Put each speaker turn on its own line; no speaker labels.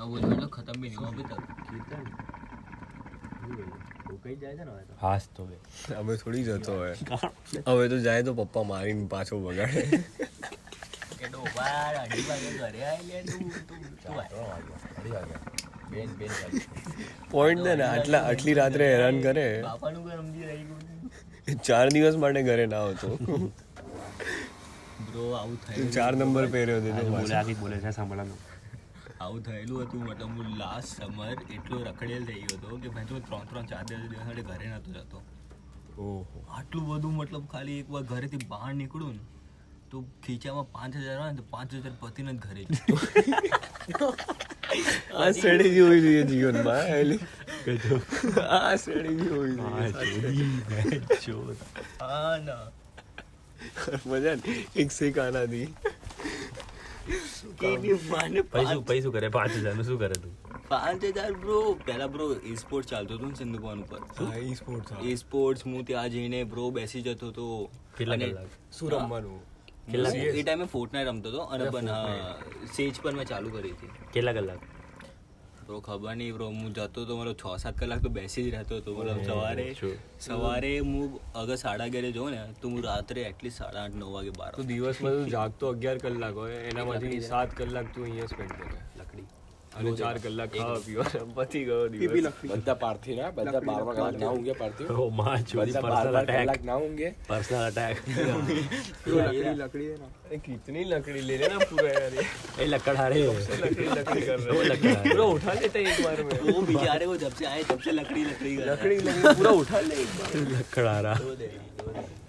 अब वो जो है ना खत्म भी नहीं हुआ अभी तक
કીર્તન તું કઈ જાય છે ને હવે તો
હાસ તો બે
હવે થોડી જતો હોય હવે તો જાય તો પપ્પા મારીને પાછો બગાડે
કે ડોબાર અઢી વાગે ઘરે આવી લે તું તું તું આય.
બેન બેન જાય.
પોઈન્ટ ને ને આટલા આટલી રાત્રે હેરાન કરે
બાપાનું ઘર સમજી રહી ગયું
ચાર દિવસ માટે ઘરે ના હતો
બ્રો આવું થયેલું
ચાર નંબર પહેર્યો
આજે
હતો
બોલે આખી બોલે છે સાંભળવાનું
આવું થયેલું હતું મતલબ હું લાસ્ટ સમર એટલો રખડેલ થઈ ગયો હતો કે ભાઈ તો ત્રણ ત્રણ ચાર ચાર દિવસ માટે ઘરે નહોતો જતો
ઓહો
આટલું બધું મતલબ ખાલી એકવાર ઘરેથી બહાર નીકળું ને તો ખીચામાં પાંચ હજાર આવે ને તો પાંચ હજાર પતિને જ ઘરે જતો.
આ સ્ટ્રેટેજી હોવી જોઈએ જીવનમાં એટલે આ સ્ટ્રેટેજી હોવી જોઈએ
હા ના
મજા ને એક શેક આનાથી
એની માને
પછી શું પછી શું કરે પાંચ હજારનું શું કરે તું
પાંચ હજાર બ્રો પહેલા બ્રો એ સ્પોર્ટ ચાલતો હતો ને સિંધુકાન ઉપર
હા ઈ સ્પોર્ટ
એ સ્પોર્ટ્સ હું ત્યાં જઈને બ્રો બેસી જતો હતો
કેટલા
અને
કલાક?
શું રમવાનું
હું એ ટાઈમે ફોર્ટનાઇટ રમતો હતો અને પણ સેજ પર મેં ચાલુ કરી હતી
કેટલા કલાક
બ્રો ખબર નહીં બ્રો હું જતો તો મતલબ છ સાત કલાક તો બેસી જ રહેતો હતો મતલબ સવારે
છું.
સવારે હું અગર સાડા અગિયારે જાઉં ને તો હું રાત્રે એટલીસ્ટ સાડા આઠ નવ વાગે બહાર
તો દિવસમાં તું જાગતો અગિયાર કલાક હોય એનામાંથી સાત કલાક તું અહીંયા સ્પેન્ડ કરે
લકડી
અને ચાર કલાક ખાવા પીવા પતી ગયો દિવસ
બધા પાર્થિવ ના બધા બાર કલાક ના ઊંઘે પાર્થિવ
ઓ માં ચોરી
બધા બાર
પર્સનલ અટેક
કલાક ના ઊંઘે
પર્સનલ અટેક
એ कितनी लकड़ी ले लेना पूरा यार ये
એ લકડારે
लकड़ी लकड़ी कर
वो
रहा
लकड़ा है।
पूरा उठा लेते हैं एक बार में
वो बेचारे वो जब से आए तब से लकड़ी लकड़ी कर रहा है।
लकड़ी लकड़ी पूरा उठा ले एक बार
લકડારા
दो दे, दो दे।